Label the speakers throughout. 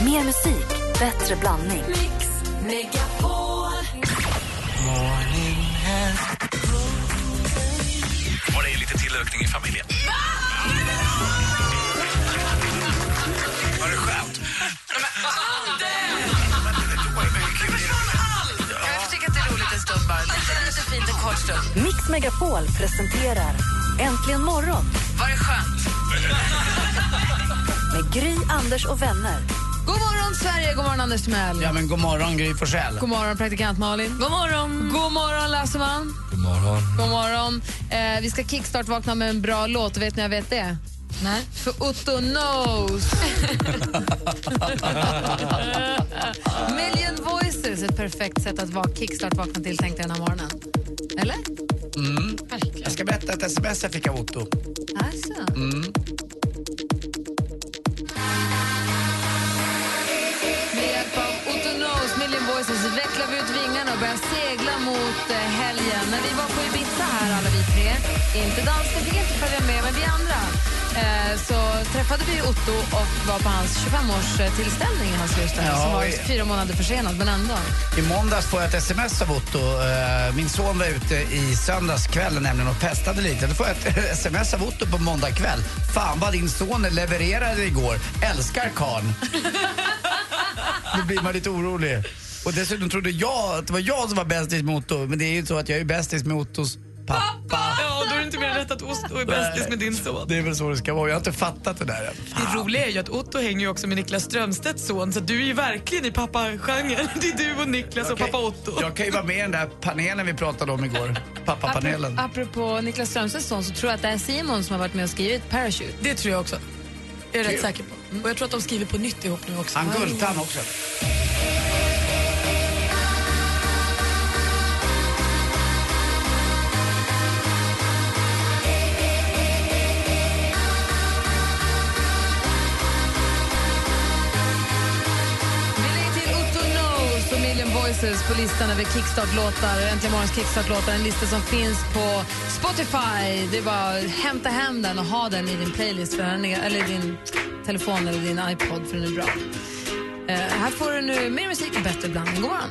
Speaker 1: Mer musik, bättre blandning.
Speaker 2: Mix Megapol.
Speaker 3: Var det lite tillökning i familjen? Var det skönt?
Speaker 4: Kan vi tycka att det är roligt en stund bara? Lite, lite fint en kort stund.
Speaker 1: Mix Megapol presenterar Äntligen morgon
Speaker 4: Var det skönt?
Speaker 1: med Gry, Anders och vänner.
Speaker 4: God morgon, Sverige! God morgon, Anders Timell!
Speaker 5: Ja, men god morgon Gry Forssell.
Speaker 4: God morgon, praktikant Malin. God morgon. God morgon, Lasseman. God morgon. Eh, vi ska kickstart-vakna med en bra låt. Vet ni jag vet det? Nej. För Otto Knows. Million Voices, ett perfekt sätt att va- kickstart-vakna till tänkte jag den här morgonen. Eller? Mm.
Speaker 5: Jag ska berätta ett sms jag fick av Otto.
Speaker 4: Alltså. Med hjälp av Otto Knows Million Voices vecklar vi ut vingarna och börjar segla mot eh, helgen. När vi var på Ibiza här alla vi tre, inte dansken fick inte följa med, men vi andra, eh, så träffade vi Otto och var på hans 25-årstillställning i hans hus där,
Speaker 5: Ja,
Speaker 4: som var
Speaker 5: i-
Speaker 4: fyra månader försenad, men ändå.
Speaker 5: I måndags får jag ett sms av Otto. Eh, Min son var ute i söndagskvällen nämligen och festade lite. Då får jag ett sms av Otto på måndag kväll. Fan vad din son levererade igår. Älskar karln. Då blir man lite orolig. Och dessutom trodde jag att det var jag som var bästis med Otto. Men det är ju så att jag är bästis med Ottos pappa.
Speaker 6: Ja, då är det inte mer än rätt att Otto är bästis med din son.
Speaker 5: Det är väl så det ska vara. Jag har inte fattat det där än.
Speaker 6: Det roliga är ju att Otto hänger ju också med Niklas Strömstedts son så att du är ju verkligen i pappagenren. Det är du och Niklas och
Speaker 5: Okej,
Speaker 6: pappa Otto.
Speaker 5: Jag kan ju vara med i den där panelen vi pratade om igår. Pappapanelen.
Speaker 4: Apropå Niklas Strömstedts son så tror jag att det är Simon som har varit med och skrivit Parachute.
Speaker 6: Det tror jag också. Jag är rätt säker på. Och jag tror att de skriver på nytt ihop nu också.
Speaker 5: Han Gultan också.
Speaker 4: Vi lägger till Otto Knows och Million Voices på listan över kickstart-låtar. Äntligen morgons kickstart-låtar. En lista som finns på Spotify. Det är bara att hämta hem den och ha den i din playlist, för den är, eller i din telefon eller din iPod, för den är bra. Eh, här får du nu mer musik och bättre blandning. God morgon.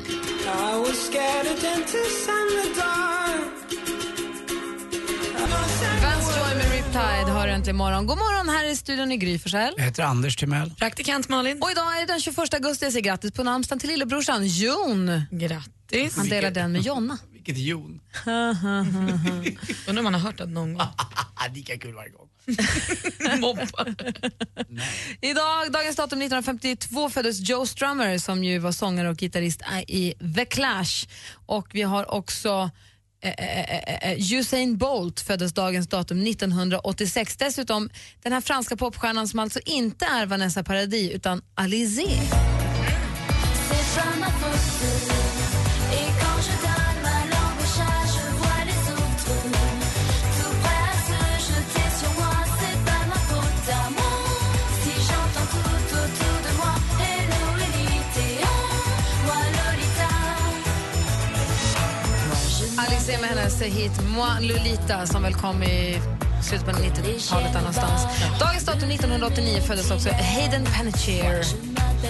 Speaker 4: Vance Joy med Riptide har du äntligen morgon. God morgon, här i studion i Gry Forssell.
Speaker 5: Jag heter Anders Timell.
Speaker 6: Praktikant Malin.
Speaker 4: Och idag är det den 21 augusti. Jag säger grattis på namnsdagen till lillebrorsan Jon.
Speaker 6: Grattis.
Speaker 4: Han delar den med Jonna.
Speaker 5: Vilket jon.
Speaker 6: Undrar om man har hört den någon gång.
Speaker 5: Ah, lika kul varje gång.
Speaker 6: Mobbar.
Speaker 4: Idag, dagens datum 1952 föddes Joe Strummer som ju var sångare och gitarrist i The Clash. Och vi har också eh, eh, eh, eh, Usain Bolt föddes dagens datum 1986. Dessutom den här franska popstjärnan som alltså inte är Vanessa Paradis utan Alizé. Alizé med hennes hit Moi Lolita som väl kom i slutet på 90-talet annanstans. Dagens datum 1989 föddes också Hayden Panettiere.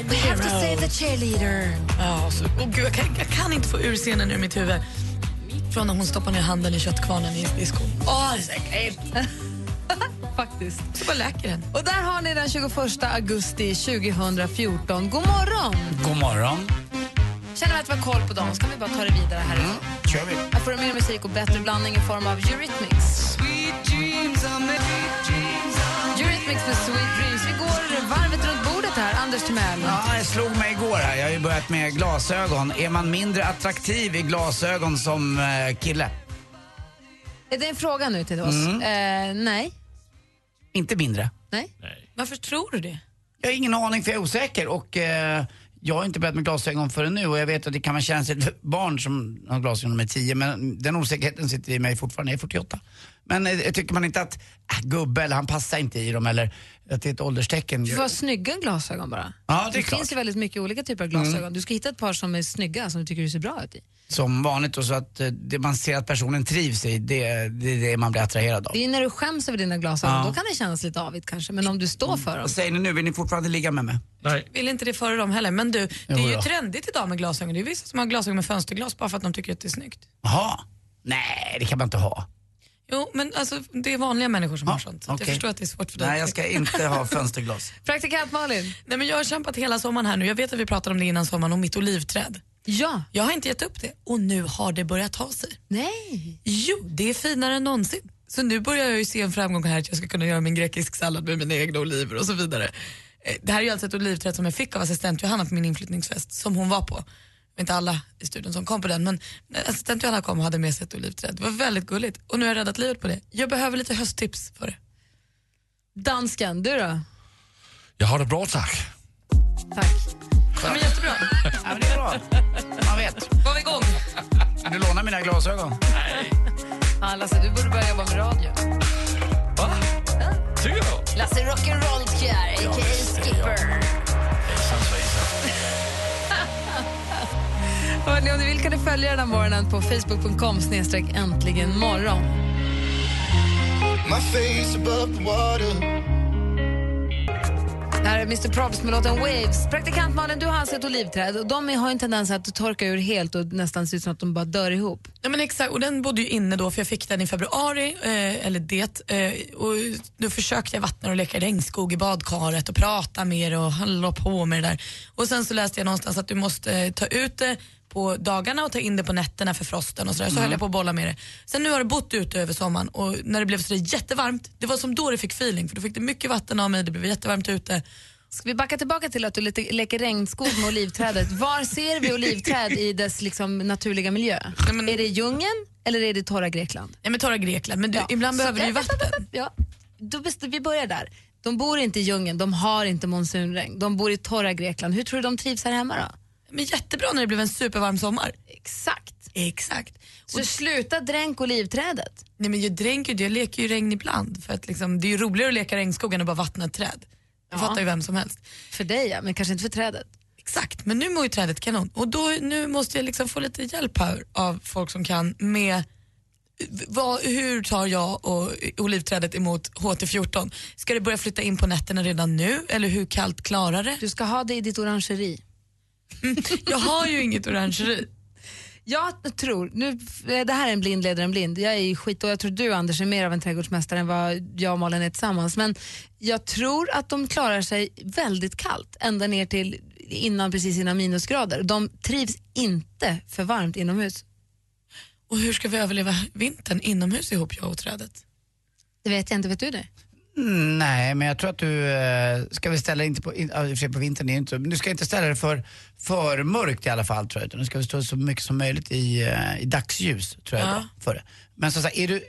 Speaker 4: We have to save the cheerleader.
Speaker 7: Ja, så, oh, gud, jag, kan, jag kan inte få ur scenen ur mitt huvud. Från när hon stoppar ner handen i köttkvarnen i diskon. Åh, det är så äckligt.
Speaker 4: Faktiskt.
Speaker 7: Så bara läker den.
Speaker 4: Och där har ni den 21 augusti 2014. God morgon!
Speaker 5: God morgon.
Speaker 4: Känner vi att vi har koll på dem så kan vi bara ta det vidare
Speaker 5: Mm.
Speaker 4: härifrån.
Speaker 5: kör vi.
Speaker 4: Här får du mer musik och bättre blandning i form av Eurythmics. Eurythmics med Sweet Dreams. Vi går varvet runt bordet här. Anders Timell.
Speaker 5: Ja, jag slog mig igår här. Jag har ju börjat med glasögon. Är man mindre attraktiv i glasögon som eh, kille?
Speaker 4: Är det en fråga nu till oss?
Speaker 5: Mm.
Speaker 4: Eh, nej.
Speaker 5: Inte mindre.
Speaker 4: Nej.
Speaker 7: Varför tror du det?
Speaker 5: Jag har ingen aning för jag är osäker och eh, jag har inte börjat med glasögon förrän nu och jag vet att det kan vara känsligt för barn som har glasögon med 10 men den osäkerheten sitter i mig fortfarande, jag är 48. Men eh, tycker man inte att äh, gubbe eller han passar inte i dem eller att det är ett ålderstecken.
Speaker 4: Du får ha snygga glasögon bara.
Speaker 5: Ja, det är
Speaker 4: finns
Speaker 5: klart. Mm.
Speaker 4: ju väldigt mycket olika typer av glasögon. Du ska hitta ett par som är snygga, som du tycker du ser bra ut i.
Speaker 5: som vanligt och så att eh, det man ser att personen trivs i, det, det är det man blir attraherad av.
Speaker 4: Det är när du skäms över dina glasögon,
Speaker 5: Ja.
Speaker 4: då kan det kännas lite avigt kanske. Men om du står för dem.
Speaker 5: Vad säger ni nu, vill ni fortfarande ligga med mig?
Speaker 8: Nej.
Speaker 7: Vill inte det före dem heller. Men du, det är
Speaker 5: Jo
Speaker 7: ju
Speaker 5: då.
Speaker 7: trendigt idag med glasögon. Det är vissa som har glasögon med fönsterglas bara för att de tycker att det är snyggt.
Speaker 5: Jaha, nej det kan man inte ha.
Speaker 7: Jo, men alltså, det är vanliga människor som har sånt. Så att
Speaker 5: okej.
Speaker 7: Jag förstår att det är svårt för dig.
Speaker 5: Nej jag ska inte ha fönsterglas.
Speaker 4: Praktikant Malin.
Speaker 7: Nej, men jag har kämpat hela sommaren här nu. Jag vet att vi pratade om det innan sommaren, om mitt olivträd.
Speaker 4: Ja.
Speaker 7: Jag har inte gett upp det och nu har det börjat ta sig.
Speaker 4: Nej.
Speaker 7: Jo, det är finare än någonsin. Så nu börjar jag ju se en framgång här att jag ska kunna göra min grekisk sallad med mina egna oliver och så vidare. Eh, Det här är ju alltså ett olivträd som jag fick av assistent Johanna på min inflyttningsfest som hon var på. Det var Inte alla i studion som kom på den men assistent Johanna kom och hade med sig ett olivträd. Det var väldigt gulligt och nu har jag räddat livet på det. Jag behöver lite hösttips för det.
Speaker 4: Dansken, du då?
Speaker 8: Jag har det bra tack.
Speaker 4: Tack.
Speaker 7: Ja, men jättebra,
Speaker 5: Ja men det är bra, man vet.
Speaker 7: var vi igång.
Speaker 5: Du lånar mina glasögon.
Speaker 4: Ja, Lasse, du borde börja jobba med radio.
Speaker 8: Va? Tycker du?
Speaker 4: Lasse Rock'n'Roll Kjär, a.k.a. Skipper.
Speaker 8: Hejsan svejsan.
Speaker 4: Hörrni, om du vill kan du följa den här morgonen på facebook.com snedstreck äntligen morgon. Det här är Mr Props med låten Waves. Praktikant Malin, du har alltså ett olivträd och de har ju en tendens att torka ur helt och nästan ser ut som att de bara dör ihop.
Speaker 7: Ja men exakt, och den bodde ju inne då för jag fick den i februari, eh, eller det, eh, och då försökte jag vattna och leka regnskog i badkaret och prata med det och hålla på med det där. Och sen så läste jag någonstans att du måste eh, ta ut det på dagarna och ta in det på nätterna för frosten och sådär.
Speaker 4: Mm.
Speaker 7: Så höll jag på att bolla med det. Sen nu har det bott ute över sommaren och när det blev sådär jättevarmt, det var som då det fick feeling för då fick det mycket vatten av mig, det blev jättevarmt ute.
Speaker 4: Ska vi backa tillbaka till att du lite leker regnskog med olivträdet. Var ser vi olivträd i dess liksom naturliga miljö?
Speaker 7: Nej, men-
Speaker 4: Är det i djungen eller är det i torra Grekland?
Speaker 7: Nej men torra Grekland, men du,
Speaker 4: Ja.
Speaker 7: ibland
Speaker 4: Så-
Speaker 7: behöver du ju
Speaker 4: Ja, ja,
Speaker 7: vatten.
Speaker 4: Ja, då best- vi börjar där. De bor inte i djungeln, de har inte monsunregn, de bor i torra Grekland. Hur tror du de trivs här hemma då?
Speaker 7: Men jättebra när det blev en supervarm sommar.
Speaker 4: Exakt.
Speaker 7: Exakt.
Speaker 4: Så sluta dränk olivträdet.
Speaker 7: Nej men jag dränker ju det, jag leker ju regn ibland för att liksom, det är ju roligare att leka regnskog än att bara vattna ett träd. Det
Speaker 4: Ja.
Speaker 7: fattar ju vem som helst.
Speaker 4: För dig ja, men kanske inte för trädet.
Speaker 7: Exakt, men nu mår ju trädet kanon och då, nu måste jag liksom få lite hjälp här av folk som kan med v- vad, hur tar jag och olivträdet emot HT14? Ska det börja flytta in på nätterna redan nu eller hur kallt klarar det?
Speaker 4: Du ska ha det i ditt orangeri.
Speaker 7: Jag har ju inget orangeri.
Speaker 4: Jag tror, nu, eh, det här är en blind leder en blind, jag är skit och jag tror du Anders är mer av en trädgårdsmästare än vad jag och Malin är tillsammans. Men jag tror att de klarar sig väldigt kallt, ända ner till innan, precis innan minusgrader. De trivs inte för varmt inomhus.
Speaker 7: Och hur ska vi överleva vintern inomhus ihop jag och trädet?
Speaker 4: Det vet jag inte, vet du det?
Speaker 5: Mm, Nej, men jag tror att du eh, ska vi ställa inte på, in, ja, i och för sig på vintern, är ju inte, men du ska inte ställa det för, för mörkt i alla fall tror jag, utan du ska väl stå så mycket som möjligt i, eh, i dagsljus tror jag.
Speaker 7: Ja.
Speaker 5: Då, för det. Men så, så här, är du,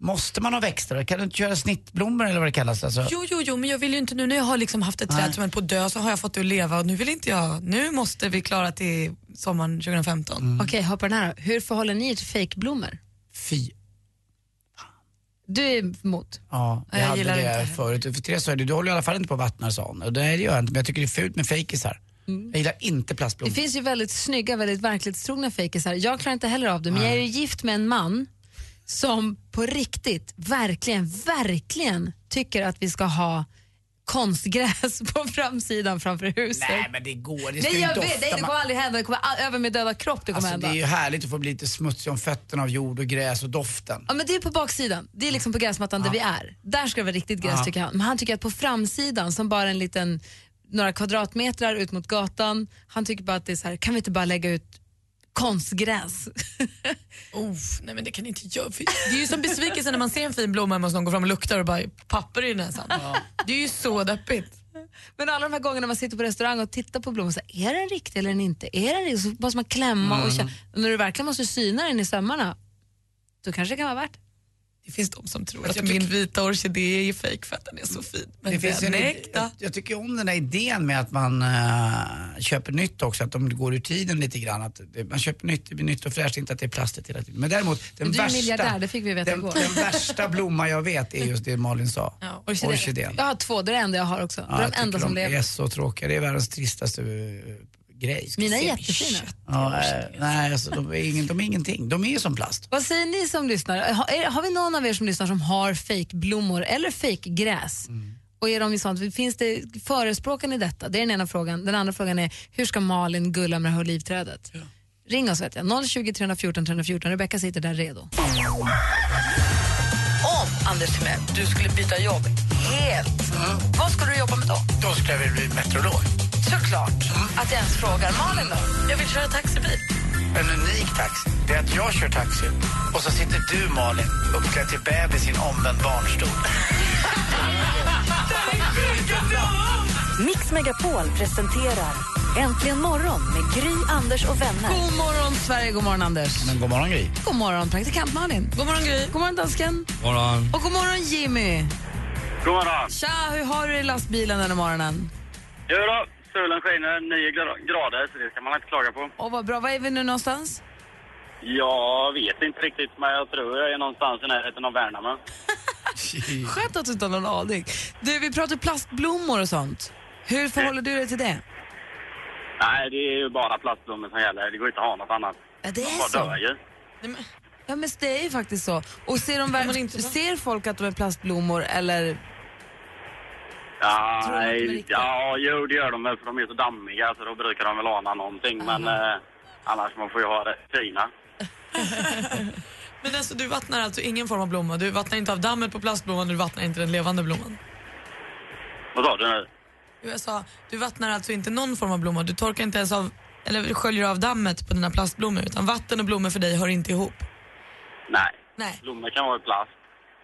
Speaker 5: måste man ha växter? Kan du inte köra snittblommor eller vad det kallas? Alltså,
Speaker 7: Jo, jo, jo, men jag vill ju inte nu när jag har liksom haft ett träd som höll på att dö så har jag fått det att leva och nu vill inte jag, nu måste vi klara till sommaren 2015.
Speaker 4: Okej, hoppa den här då. Hur förhåller ni er till fejkblommor?
Speaker 5: fy.
Speaker 4: Du är emot.
Speaker 5: Ja, jag,
Speaker 7: jag
Speaker 5: hade
Speaker 7: gillar
Speaker 5: det
Speaker 7: inte det.
Speaker 5: förut. För Therese sa ju det, du håller i alla fall inte på och vattnar sa hon. Och det här gör jag inte, men jag tycker det är fult med fejkisar.
Speaker 7: Mm.
Speaker 5: Jag gillar inte
Speaker 4: Det
Speaker 5: plastblommor.
Speaker 4: finns ju väldigt snygga, väldigt verklighetstrogna fejkisar. Jag klarar inte heller av det, men jag är ju gift med en man som på riktigt, verkligen, verkligen tycker att vi ska ha konstgräs på framsidan framför huset.
Speaker 5: Nej men det går, det ska
Speaker 4: Nej,
Speaker 5: ju
Speaker 4: jag
Speaker 5: dofta.
Speaker 4: vet, nej, det
Speaker 5: man-
Speaker 4: kommer aldrig hända. Det kommer all- över min döda kropp det kommer
Speaker 5: Alltså, det
Speaker 4: hända.
Speaker 5: är ju härligt att få bli lite smutsig om fötterna av jord och gräs och doften.
Speaker 4: Ja, men det är på baksidan. Det är liksom på gräsmattan där vi är. Där ska det vara riktigt gräs
Speaker 5: Ja.
Speaker 4: tycker han. Men han tycker att på framsidan, som bara en liten, några kvadratmetrar ut mot gatan, han tycker bara att det är så här, kan vi inte bara lägga ut konstgräs?
Speaker 5: Mm.
Speaker 7: Oh, nej men det kan inte jag. för Det är ju som besvikelsen när man ser en fin blomma hemma hos någon går fram och luktar och bara papper i näsan. Det är ju så deppigt.
Speaker 4: men alla de här gångerna man sitter på restaurang och tittar på blommor, så här, är den riktig eller är den inte? Är den riktig? Så måste man klämma och känna. Och när du verkligen måste syna den i sömmarna, då kanske det kan vara värt.
Speaker 7: Det finns de som tror att min vita orkidé är fejk för att den är så fin. Men
Speaker 5: Det finns ju
Speaker 7: den
Speaker 5: en,
Speaker 7: är
Speaker 5: jag,
Speaker 7: äkta.
Speaker 5: jag tycker om den här idén med att man eh, köper nytt också, att de går ur tiden lite grann. Att det, man köper nytt, det blir nytt och fräscht, inte att det är plastigt hela tiden. Men däremot, den
Speaker 4: Men du är
Speaker 5: värsta,
Speaker 4: miljardär, det fick vi veta
Speaker 5: den,
Speaker 4: igår.
Speaker 5: den värsta blomma jag vet är just det Malin sa.
Speaker 7: Ja,
Speaker 5: orkidén. orkidén.
Speaker 4: Jag har två, det är det enda jag har också. det är
Speaker 5: jag
Speaker 4: de enda
Speaker 5: tycker
Speaker 4: som
Speaker 5: de
Speaker 4: lever.
Speaker 5: är så tråkiga, det är världens tristaste eh, grej.
Speaker 4: Mina är jättefina.
Speaker 5: Ja, eh, nej, alltså, de, är ingen, de är ingenting. De är ju som plast.
Speaker 4: Vad säger ni som lyssnar? Har, är, har vi någon av er som lyssnar som har fejkblommor eller fejkgräs?
Speaker 5: Mm.
Speaker 4: Och är de i sånt? Finns det förespråkan i detta? Det är den ena frågan. Den andra frågan är, hur ska Malin gulla med det här olivträdet? Ring oss vet jag, 020 314 314. Rebecka sitter där redo.
Speaker 9: Om, Anders Timell, du skulle byta jobb helt, vad skulle du jobba med då?
Speaker 5: Mm. Då ska jag väl bli meteorolog. Mm.
Speaker 9: Såklart att jag ens frågar. Malin då? Jag vill köra taxibil.
Speaker 5: En unik taxi, det är att jag kör taxi och så sitter du Malin uppklädd till bebis i en omvänd barnstol.
Speaker 1: Mix Megapol presenterar Äntligen morgon med Gry, Anders och vänner.
Speaker 4: God morgon Sverige, god morgon Anders.
Speaker 5: Men god morgon Gry.
Speaker 4: God morgon praktikant Malin. God morgon Gry. God morgon dansken.
Speaker 8: Morgon.
Speaker 4: Och god morgon Jimmy.
Speaker 10: God morgon.
Speaker 4: Tja, hur har du det i lastbilen den här morgonen?
Speaker 10: Jo då, solen skiner 9 gra- grader så det ska man inte klaga på.
Speaker 4: Och vad bra, var är vi nu någonstans?
Speaker 10: Jag vet inte riktigt men jag tror jag är någonstans i närheten av Värnamo.
Speaker 4: Skönt att du inte har någon aning. Du, vi pratar plastblommor och sånt. Hur förhåller du dig till det?
Speaker 10: Nej, det är ju bara plastblommor som gäller. Det går inte att ha något annat.
Speaker 4: Ja, det
Speaker 10: De
Speaker 4: är
Speaker 10: bara dör
Speaker 4: så.
Speaker 10: ju.
Speaker 4: Ja, men det är ju faktiskt så. Och ser, de väl, ser folk att de är plastblommor eller...
Speaker 10: Ja,
Speaker 4: Tror du att de är riktiga?
Speaker 10: ja, jo det gör de väl för de är så dammiga så då brukar de väl ana någonting men eh, annars man får ju ha det fina.
Speaker 7: Men alltså, du vattnar alltså ingen form av blomma? Du vattnar inte av dammet på plastblomman, du vattnar inte den levande blomman?
Speaker 10: Vad sa du nu?
Speaker 7: Jag sa, du vattnar alltså inte någon form av blomma? Du torkar inte ens av, eller sköljer av dammet på dina plastblommor? Utan vatten och blommor för dig hör inte ihop?
Speaker 10: Nej,
Speaker 7: Nej.
Speaker 10: blommor kan vara i plast.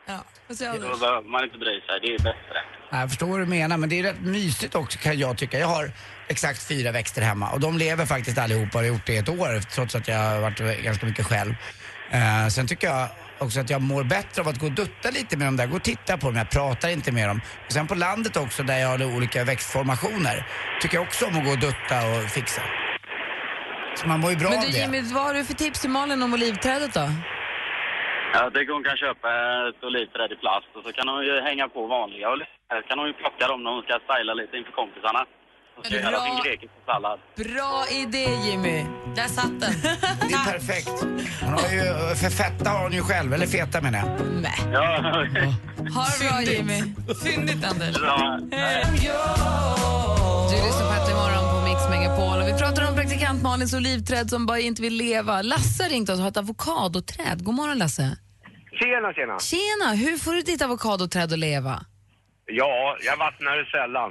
Speaker 7: Ja.
Speaker 10: Då behöver man inte bry sig, det är bättre.
Speaker 5: Jag förstår vad du menar, men det är rätt mysigt också kan jag tycka. Jag har exakt fyra växter hemma och de lever faktiskt allihopa och har gjort det i ett år trots att jag har varit ganska mycket själv. Eh, sen tycker jag också att jag mår bättre av att gå och dutta lite med dem där, gå och titta på dem, jag pratar inte med dem. Och sen på landet också där jag har olika växtformationer tycker jag också om att gå och dutta och fixa. Så man mår ju bra
Speaker 4: Men
Speaker 5: av
Speaker 4: du
Speaker 5: det.
Speaker 4: Jimmy, vad har du för tips till Malin om olivträdet då?
Speaker 10: Jag tycker hon kan köpa ett olivträd i plast och så kan hon ju hänga på vanliga och så kan hon ju plocka dem när hon ska styla lite inför kompisarna. Hon ska
Speaker 4: Bra.
Speaker 10: göra sin grekiska sallad.
Speaker 4: Bra idé Jimmy.
Speaker 7: Där satt den.
Speaker 5: Det är perfekt. Hon har ju, för fetta har hon ju själv, eller feta menar jag.
Speaker 10: Ja,
Speaker 4: Ha det bra Jimmy.
Speaker 7: Fyndigt Anders.
Speaker 10: ja.
Speaker 4: Du lyssnar på Äntligen morgon på Mix Megapol och vi pratar om praktikant Malins olivträd som bara inte vill leva. Lasse har ringt oss och har ett avokadoträd. God morgon Lasse.
Speaker 11: Tjena, tjena.
Speaker 4: Tjena, hur får du ditt avokadoträd att leva?
Speaker 11: Ja, jag vattnar det sällan.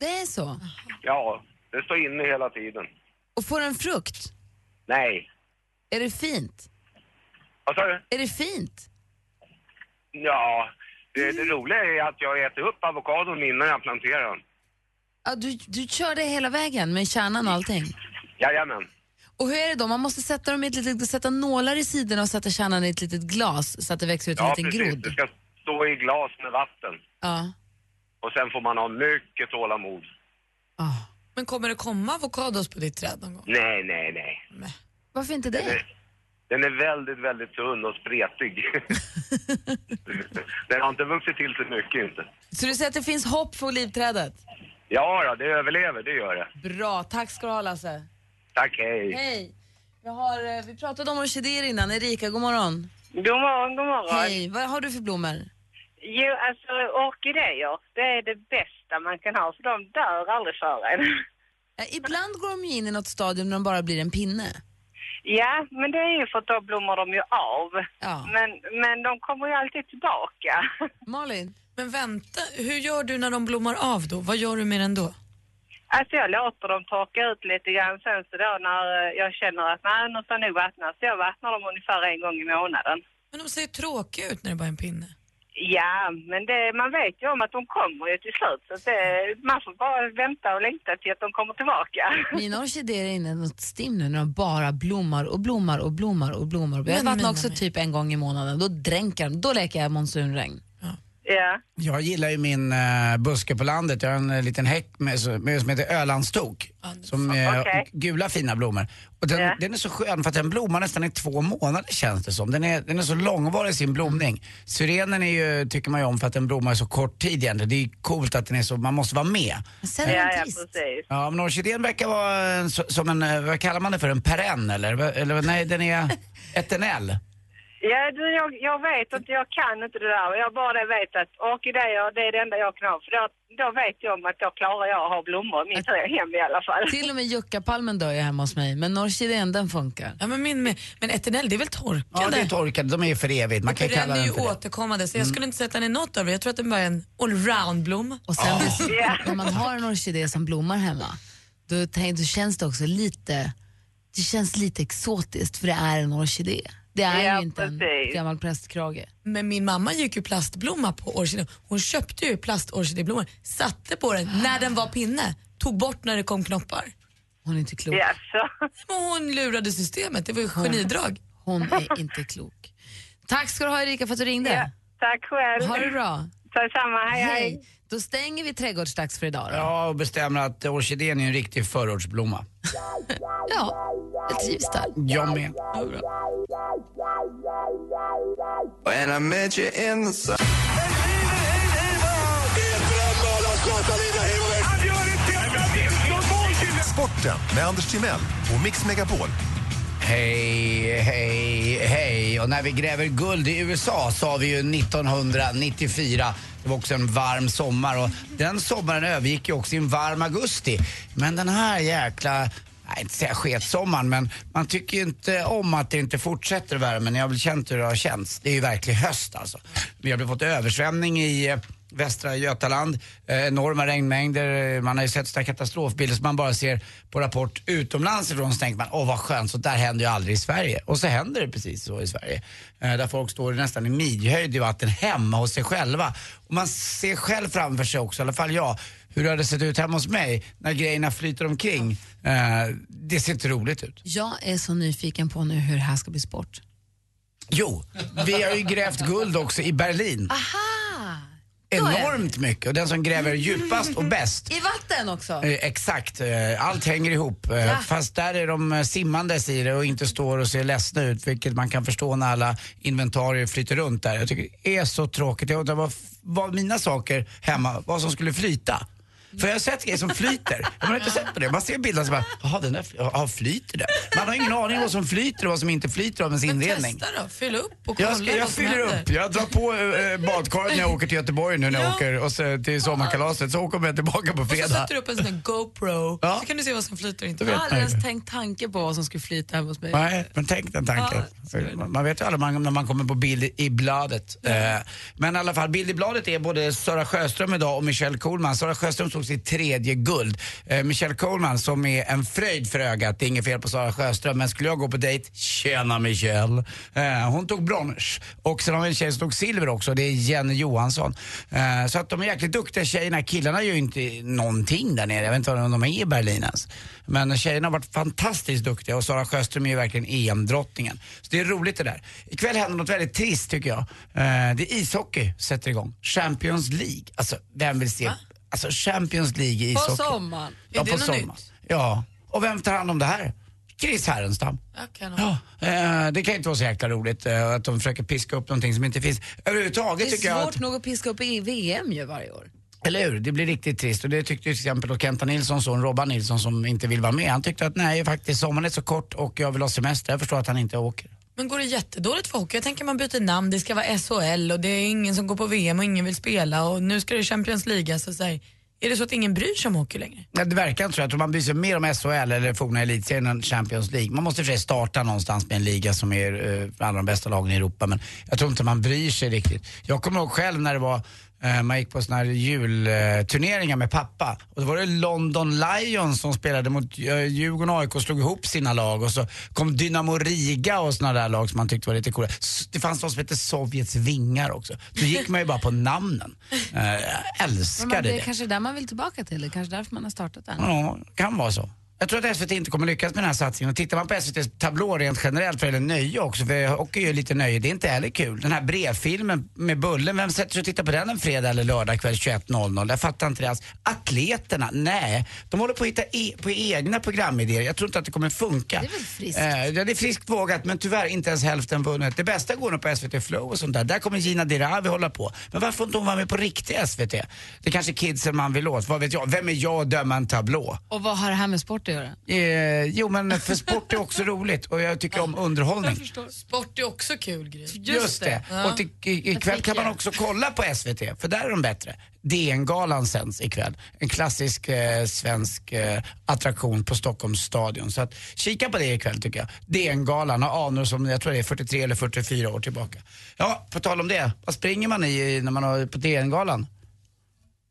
Speaker 4: Det är så.
Speaker 11: Ja, det står inne hela tiden.
Speaker 4: Och får en frukt?
Speaker 11: Nej.
Speaker 4: Är det fint?
Speaker 11: Vad sa du?
Speaker 4: Är det fint?
Speaker 11: Ja, det, det roliga är att jag äter upp avokadon innan jag planterar den.
Speaker 4: Ja, du, du kör det hela vägen med kärnan och allting.
Speaker 11: Jajamän.
Speaker 4: Och hur är det då? Man måste sätta, dem i ett litet, sätta nålar i sidorna och sätta kärnan i ett litet glas så att det växer ut en
Speaker 11: Ja,
Speaker 4: liten
Speaker 11: precis.
Speaker 4: grodd.
Speaker 11: Det ska stå i glas med vatten.
Speaker 4: Ja.
Speaker 11: Och sen får man ha mycket tålamod.
Speaker 4: Ah.
Speaker 7: Men kommer det komma avokados på ditt träd någon gång?
Speaker 11: Nej, nej, nej.
Speaker 4: Varför inte det?
Speaker 11: Den är väldigt, väldigt tunn och spretig. den har inte vuxit till sig mycket inte.
Speaker 4: Så du säger att det finns hopp för olivträdet?
Speaker 11: Ja, då, det överlever, det gör det.
Speaker 4: Bra, tack ska du ha Lasse.
Speaker 11: Tack, hej.
Speaker 4: Hej. Jag har, eh, vi pratade om orkidéer innan. Erika, god morgon.
Speaker 9: God morgon, god morgon.
Speaker 4: Hej, vad har du för blommor?
Speaker 9: Jo, alltså orkidéer, det är det bästa man kan ha för de dör aldrig för en.
Speaker 4: Eh, ibland går de ju in i något stadium när de bara blir en pinne.
Speaker 9: Ja, men det är ju för att då blommar de ju av.
Speaker 4: Ja.
Speaker 9: Men, men de kommer ju alltid tillbaka.
Speaker 4: Malin?
Speaker 7: Men vänta, hur gör du när de blommar av då? Vad gör du med den då?
Speaker 9: Alltså jag låter dem torka ut lite grann sen så då när eh, jag känner att nej, nu får jag nog vattna. Så jag vattnar dem ungefär en gång i månaden.
Speaker 7: Men de ser tråkiga ut när det bara är en pinne.
Speaker 9: Ja, men det, man vet ju om att de kommer ju till slut. Så att det, man får bara vänta och längta till att de kommer tillbaka.
Speaker 4: Mina orkidéer är inne i något stim nu när de bara blommar och blommar och blommar och blommar. Jag
Speaker 7: Men,
Speaker 4: vattnar
Speaker 7: men,
Speaker 4: också
Speaker 7: men.
Speaker 4: typ en gång i månaden. Då dränker de. Då leker jag monsunregn.
Speaker 7: Ja.
Speaker 9: Ja.
Speaker 5: Jag gillar ju min eh, buske på landet. Jag har en eh, liten häck med, med, som heter Ölandstok. Som eh,
Speaker 9: Okej.
Speaker 5: gula fina blommor. Och den, den är så skön för att den blommar nästan i två månader känns det som. Den är, den är så långvarig i sin blomning. Syrenen är ju, tycker man ju om för att den blommar så kort tid egentligen. Det är ju coolt att den är så, man måste vara med.
Speaker 9: Sen är ja, ja, precis.
Speaker 5: Ja, men orkidén verkar vara en, så- som en, eh, vad kallar man det för, en perenn eller? Va- eller nej, den är eternell.
Speaker 9: Ja, du, jag, jag vet inte, jag kan inte det där. Jag bara vet att orkidéer, det är det enda jag kan ha. För då, då vet jag om att då klarar jag att ha blommor i mitt hem i alla fall.
Speaker 4: Till och med juckapalmen dör ju hemma hos mig, men orkidén den funkar.
Speaker 7: Ja, men, min, med- men eternell, det är väl torkande?
Speaker 5: Ja, det är torkade, de är ju för evigt. Man kan
Speaker 7: den
Speaker 5: kalla
Speaker 7: är ju
Speaker 5: den för det. Mm.
Speaker 7: återkommande, så jag skulle inte säga att den är något av det. Jag tror att den bara är en allround-blom.
Speaker 4: Och sen när man har en orkidé som blommar hemma, då, tänk, då känns det också lite, det känns lite exotiskt för det är en orkidé. Det är
Speaker 7: Ja,
Speaker 4: ju inte en
Speaker 7: precis.
Speaker 4: gammal prästkrage.
Speaker 7: Men min mamma gick ju plastblomma på orkidé. Hon köpte ju plastorkidéblommor, satte på den när den var pinne, tog bort när det kom knoppar.
Speaker 4: Hon är inte klok.
Speaker 7: Men hon lurade systemet, det var ju genidrag.
Speaker 4: Hon är inte klok. Tack ska du ha Erika för att du ringde.
Speaker 9: tack själv.
Speaker 4: Ha det bra.
Speaker 9: Detsamma,
Speaker 4: hej, hej. Då stänger vi trädgårdsdags för idag då.
Speaker 5: Ja, och bestämmer att orkidén är en riktig förortsblomma.
Speaker 4: Ja, jag trivs där.
Speaker 5: Jag med.
Speaker 12: When I met you in the sun
Speaker 13: Sporten med Anders Timell och Mix Megapol.
Speaker 5: Hej, hej, hej. Och när vi gräver guld i USA så har vi ju 1994. Det var också en varm sommar och den sommaren övergick ju också i en varm augusti. Men den här jäkla, nej inte säga sketsommaren, men man tycker ju inte om att det inte fortsätter värmen. Jag har väl känt hur det har känts. Det är ju verklig höst alltså. Vi har fått översvämning i eh, Västra Götaland, eh, enorma regnmängder. Man har ju sett sådana katastrofbilder som man bara ser på Rapport utomlands ifrån så tänker man åh vad skönt, så där händer ju aldrig i Sverige. Och så händer det precis så i Sverige. Eh, där folk står nästan i midjehöjd i vatten hemma hos sig själva. Och man ser själv framför sig också, i alla fall jag, hur det hade sett ut hemma hos mig när grejerna flyter omkring. Eh, det ser inte roligt ut.
Speaker 4: Jag är så nyfiken på nu hur det här ska bli sport.
Speaker 5: Jo, vi har ju grävt guld också i Berlin.
Speaker 4: Aha! Ah, då är
Speaker 5: Enormt mycket och den som gräver djupast och bäst
Speaker 4: I vatten också?
Speaker 5: Eh, Exakt, Eh, allt hänger ihop. Eh,
Speaker 4: Ja.
Speaker 5: Fast där är de eh, simmandes i det och inte står och ser ledsna ut, vilket man kan förstå när alla inventarier flyter runt där. Jag tycker det är så tråkigt. Jag undrar vad, vad mina saker hemma, vad som skulle flyta. För jag har sett grejer som flyter. Man har inte sett på det. Man ser bilder som bara, jaha den där fly- ja, flyter den? Man har ingen aning om vad som flyter och vad som inte flyter av ens inredning.
Speaker 7: Testa då, fyll upp och kolla
Speaker 5: Jag, ska,
Speaker 7: vad
Speaker 5: jag
Speaker 7: som
Speaker 5: fyller
Speaker 7: händer.
Speaker 5: upp, jag drar på eh, badkaret när jag åker till Göteborg nu när jag åker och så till sommarkalaset. Så åker jag tillbaka på
Speaker 7: Och så
Speaker 5: fredag.
Speaker 7: sätter du upp en sån här GoPro, så kan du se vad som flyter och inte.
Speaker 5: Då vet
Speaker 4: Jag har aldrig
Speaker 5: man ju.
Speaker 4: ens tänkt tanke på vad som skulle flyta hemma hos mig.
Speaker 5: Nej, men tänk den tanken. man, man vet ju aldrig man, när man kommer på bild i- i bladet. Eh, men i alla fall, bild i bladet är både Sara Sjöström idag och Michelle Kohlman. Sara Sjöström tog sitt tredje guld. Eh, Michelle Kohlman som är en fröjd för ögat. Det är inget fel på Sara Sjöström, men skulle jag gå på dejt, tjena Michelle. Eh, hon tog brons. Och sen har vi en tjej som tog silver också, det är Jenny Johansson. Eh, så att de är jäkligt duktiga tjejerna. Killarna gör ju inte någonting där nere. Jag vet inte om de är i Berlin ens. Men tjejerna har varit fantastiskt duktiga och Sara Sjöström är ju verkligen EM-drottningen. Så det är roligt det där. Ikväll händer något väldigt trist tycker jag. Eh, det är ishockey sätter igång. Champions League. Alltså, vem vill se? Alltså Champions League i ishockey.
Speaker 4: På sommaren?
Speaker 5: Ja, på sommaren. Ja. Och vem tar hand om det här? Chris Härenstam. Ja, eh, det kan ju inte vara så jäkla roligt eh, att de försöker piska upp någonting som inte finns.
Speaker 4: Det
Speaker 5: Överhuvudtaget
Speaker 4: är
Speaker 5: tycker jag att...
Speaker 4: svårt nog att piska upp i VM ju varje år.
Speaker 5: Eller hur? Det blir riktigt trist. Och det tyckte ju till exempel då Kenta Nilssons son Robban Nilsson som inte vill vara med. Han tyckte att nej, faktiskt sommaren är så kort och jag vill ha semester. Jag förstår att han inte åker.
Speaker 7: Men går det jättedåligt för hockey? Jag tänker man byter namn, det ska vara SHL och det är ingen som går på VM och ingen vill spela och nu ska det Champions League. Så så här, är det så att ingen bryr sig om hockey längre?
Speaker 5: Ja, det verkar inte så. Jag tror man bryr sig mer om SHL eller forna elitserien än Champions League. Man måste i och för sig starta någonstans med en liga som är eh, bland de bästa lagen i Europa men jag tror inte man bryr sig riktigt. Jag kommer ihåg själv när det var eh, man gick på såna här julturneringar med pappa och då var det London Lions som spelade mot eh, Djurgården och AIK och slog ihop sina lag och så kom Dynamo Riga och såna där lag som man tyckte var lite coola. S- Det fanns de som hette Sovjets vingar också. Då gick man ju bara på namnen. Eh, Jag
Speaker 4: Men man,
Speaker 5: älskade
Speaker 4: det är
Speaker 5: det.
Speaker 4: kanske där man vill tillbaka till, det är kanske därför man har startat den.
Speaker 5: Ja, kan vara så. Jag tror att SVT inte kommer lyckas med den här satsningen. Och tittar man på SVTs tablå rent generellt vad gäller nöje också, för hockey är ju lite nöje, det är inte heller kul. Den här brevfilmen med Bullen, vem sätter sig och tittar på den en fredag eller lördag kväll 21.00? Jag fattar inte det alls. Atleterna, nej. De håller på att hitta e- på egna programidéer. Jag tror inte att det kommer funka.
Speaker 9: Det är väl friskt?
Speaker 5: Eh, ja, det är friskt vågat men tyvärr inte ens hälften vunnet. Det bästa går nog på SVT Flow och sånt där. Där kommer Gina Dirawi hålla på. Men varför får inte hon vara med på riktig SVT? Det kanske kidsen man vill åt, vad vet jag? Vem är jag att döma en tablå?
Speaker 9: Och vad har det här med sport att göra?
Speaker 5: Eh, jo men för sport är också roligt och jag tycker om underhållning.
Speaker 7: Sport är också kul grej. Just,
Speaker 5: Just det. Och till, i, ikväll kan man också kolla på SVT, för där är de bättre. DN-galan sänds ikväll. En klassisk eh, svensk eh, attraktion på Stockholms stadion. Så att, kika på det ikväll tycker jag. DN-galan har anor som, jag tror det är 43 eller 44 år tillbaka. Ja, på tal om det, vad springer man i när man har på DN-galan?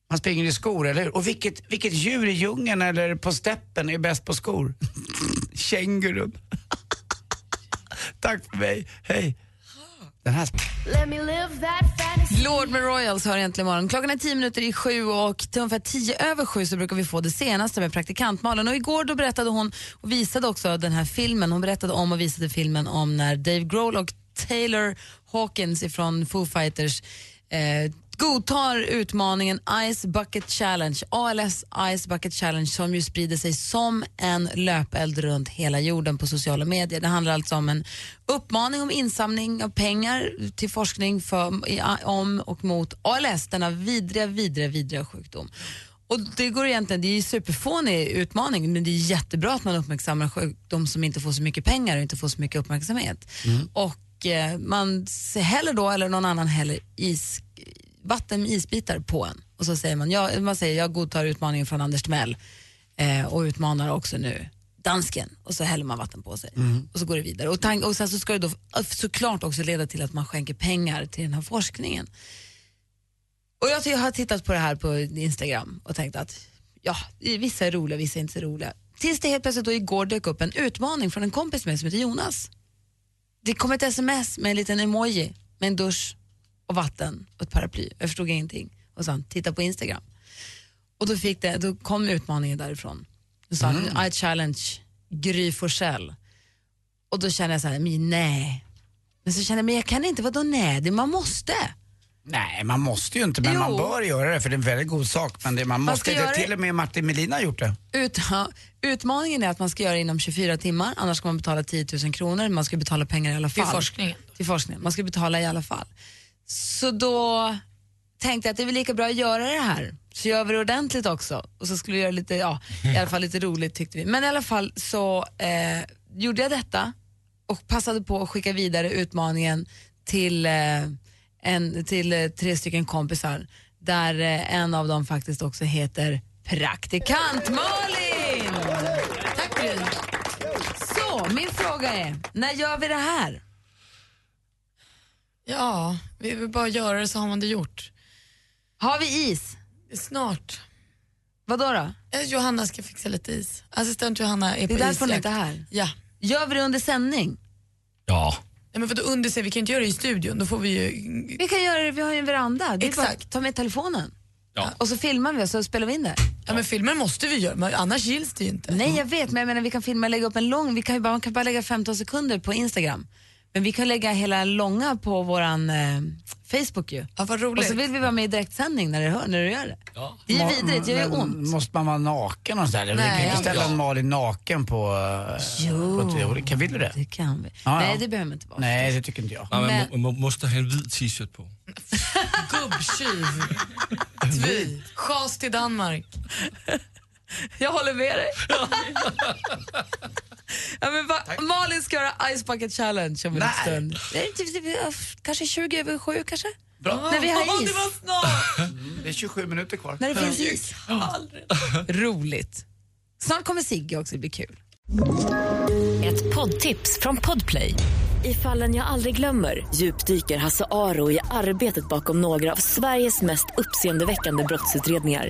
Speaker 5: Man springer i skor, eller hur? Och vilket, vilket djur i djungeln eller på steppen är bäst på skor? Kängurun. Tack för mig, hej. Den här...
Speaker 9: Lord med Royals hör egentligen imorgon. Klockan är tio minuter i sju och till ungefär tio över sju så brukar vi få det senaste med praktikant Malin. Och igår då berättade hon och visade också den här filmen. Hon berättade om och visade filmen om när Dave Grohl och Taylor Hawkins ifrån Foo Fighters eh, godtar utmaningen Ice Bucket Challenge, ALS Ice Bucket Challenge som ju sprider sig som en löpeld runt hela jorden på sociala medier. Det handlar alltså om en uppmaning om insamling av pengar till forskning för, i, om och mot ALS, denna vidriga, vidriga, vidriga sjukdom. Och det går egentligen, det är ju superfånig utmaning men det är jättebra att man uppmärksammar sjukdom som inte får så mycket pengar och inte får så mycket uppmärksamhet. Och eh, man s- häller då, eller någon annan häller is, vatten med isbitar på en. Och så säger man, jag, man säger, jag godtar utmaningen från Anders Timell eh, och utmanar också nu dansken. Och så häller man vatten på sig. Och så går det vidare. Och, tank, och sen så ska det då f- såklart också leda till att man skänker pengar till den här forskningen. Och jag, tycker- jag har tittat på det här på Instagram och tänkt att ja, vissa är roliga, vissa är inte så roliga. Tills det helt plötsligt då igår dök upp en utmaning från en kompis med som heter Jonas. Det kom ett sms med en liten emoji med en dusch och vatten och ett paraply. Jag förstod ingenting. Och sa han, titta på Instagram. Och då, fick det, då kom utmaningen därifrån. Då sa han, I challenge Gry Forssell. Och då kände jag så här, men nej. Men så kände jag, men jag kan inte, vadå nej? Det, man måste.
Speaker 5: Nej, man måste ju inte, men
Speaker 9: Jo.
Speaker 5: man bör göra det för det är en väldigt god sak. Men det, man
Speaker 9: Man
Speaker 5: måste
Speaker 9: ska
Speaker 5: det,
Speaker 9: göra
Speaker 5: till
Speaker 9: det.
Speaker 5: och med Martin Melin har gjort det.
Speaker 9: Ut, ja, utmaningen är att man ska göra det inom 24 timmar, annars ska man betala 10 000 kronor. Man ska betala pengar i alla
Speaker 7: Till
Speaker 9: fall.
Speaker 7: forskningen.
Speaker 9: Till forskningen. Man ska betala i alla fall. Så då tänkte jag att det är väl lika bra att göra det här. Så gör vi det ordentligt också. Och så skulle vi göra lite, ja, i alla fall lite roligt tyckte vi. Men i alla fall så eh, gjorde jag detta och passade på att skicka vidare utmaningen till, eh, en, till eh, tre stycken kompisar där eh, en av dem faktiskt också heter praktikant Malin. Tack Gry. Så, min fråga är, när gör vi det här?
Speaker 7: Ja, vi vill bara göra det så har man det gjort.
Speaker 9: Har vi is?
Speaker 7: Snart. Eh,
Speaker 9: Vad då? då?
Speaker 7: Johanna ska fixa lite is. Assistent Johanna är
Speaker 9: Det är
Speaker 7: på
Speaker 9: därför hon
Speaker 7: isjakt.
Speaker 9: inte är här.
Speaker 7: Ja.
Speaker 9: Gör vi det under sändning?
Speaker 13: Ja.
Speaker 7: Nej, men för då under sig, vi kan inte göra det i studion. Då får vi ju...
Speaker 9: Vi kan göra det, vi har ju en veranda. Det är bara att ta med telefonen.
Speaker 13: Ja.
Speaker 9: Och så filmar vi och så spelar vi in det.
Speaker 7: Ja, men filmer måste vi göra, men annars gills det ju inte.
Speaker 5: Mm.
Speaker 9: Nej, jag vet, men jag menar vi kan filma och lägga upp en lång, vi kan ju bara, man kan bara lägga 15 sekunder på Instagram. Men vi kan lägga hela långa på våran eh, Facebook ju.
Speaker 7: Ja, vad roligt.
Speaker 9: Och så vill vi vara med i direktsändning när du, hör, när du gör det. Det är
Speaker 5: Ma-
Speaker 9: ju vidrigt, det gör ju
Speaker 5: men
Speaker 9: ont.
Speaker 5: Måste man vara naken och sådär? Nej,
Speaker 9: Nej,
Speaker 5: vi kan ju
Speaker 9: ja.
Speaker 5: ställa en Malin naken på... eh,
Speaker 9: Jo.
Speaker 5: på TV. kan, vill du det?
Speaker 9: Det kan vi.
Speaker 5: Ja,
Speaker 9: Nej,
Speaker 5: ja.
Speaker 9: det behöver inte vara.
Speaker 5: Nej, det tycker inte jag.
Speaker 13: Nej,
Speaker 9: Men-
Speaker 13: men... må- må- måste ha en vit t-shirt på.
Speaker 7: Gubbtjuv. Tvi. Schas till Danmark.
Speaker 9: Jag håller med dig. ja, men va, Malin ska göra Ice Bucket Challenge om en
Speaker 7: Nej.
Speaker 9: stund. Det är typ- typ, ja, Kanske 20 över 7 kanske?
Speaker 5: Bra.
Speaker 9: När vi har
Speaker 5: Ja,
Speaker 9: is.
Speaker 5: det var Det är 27 minuter kvar.
Speaker 9: När det finns is. Roligt. Snart kommer Sigge också, det blir kul.
Speaker 1: Ett poddtips från Podplay. I fallen jag aldrig glömmer djupdyker Hasse Aro i arbetet bakom några av Sveriges mest uppseendeväckande brottsutredningar.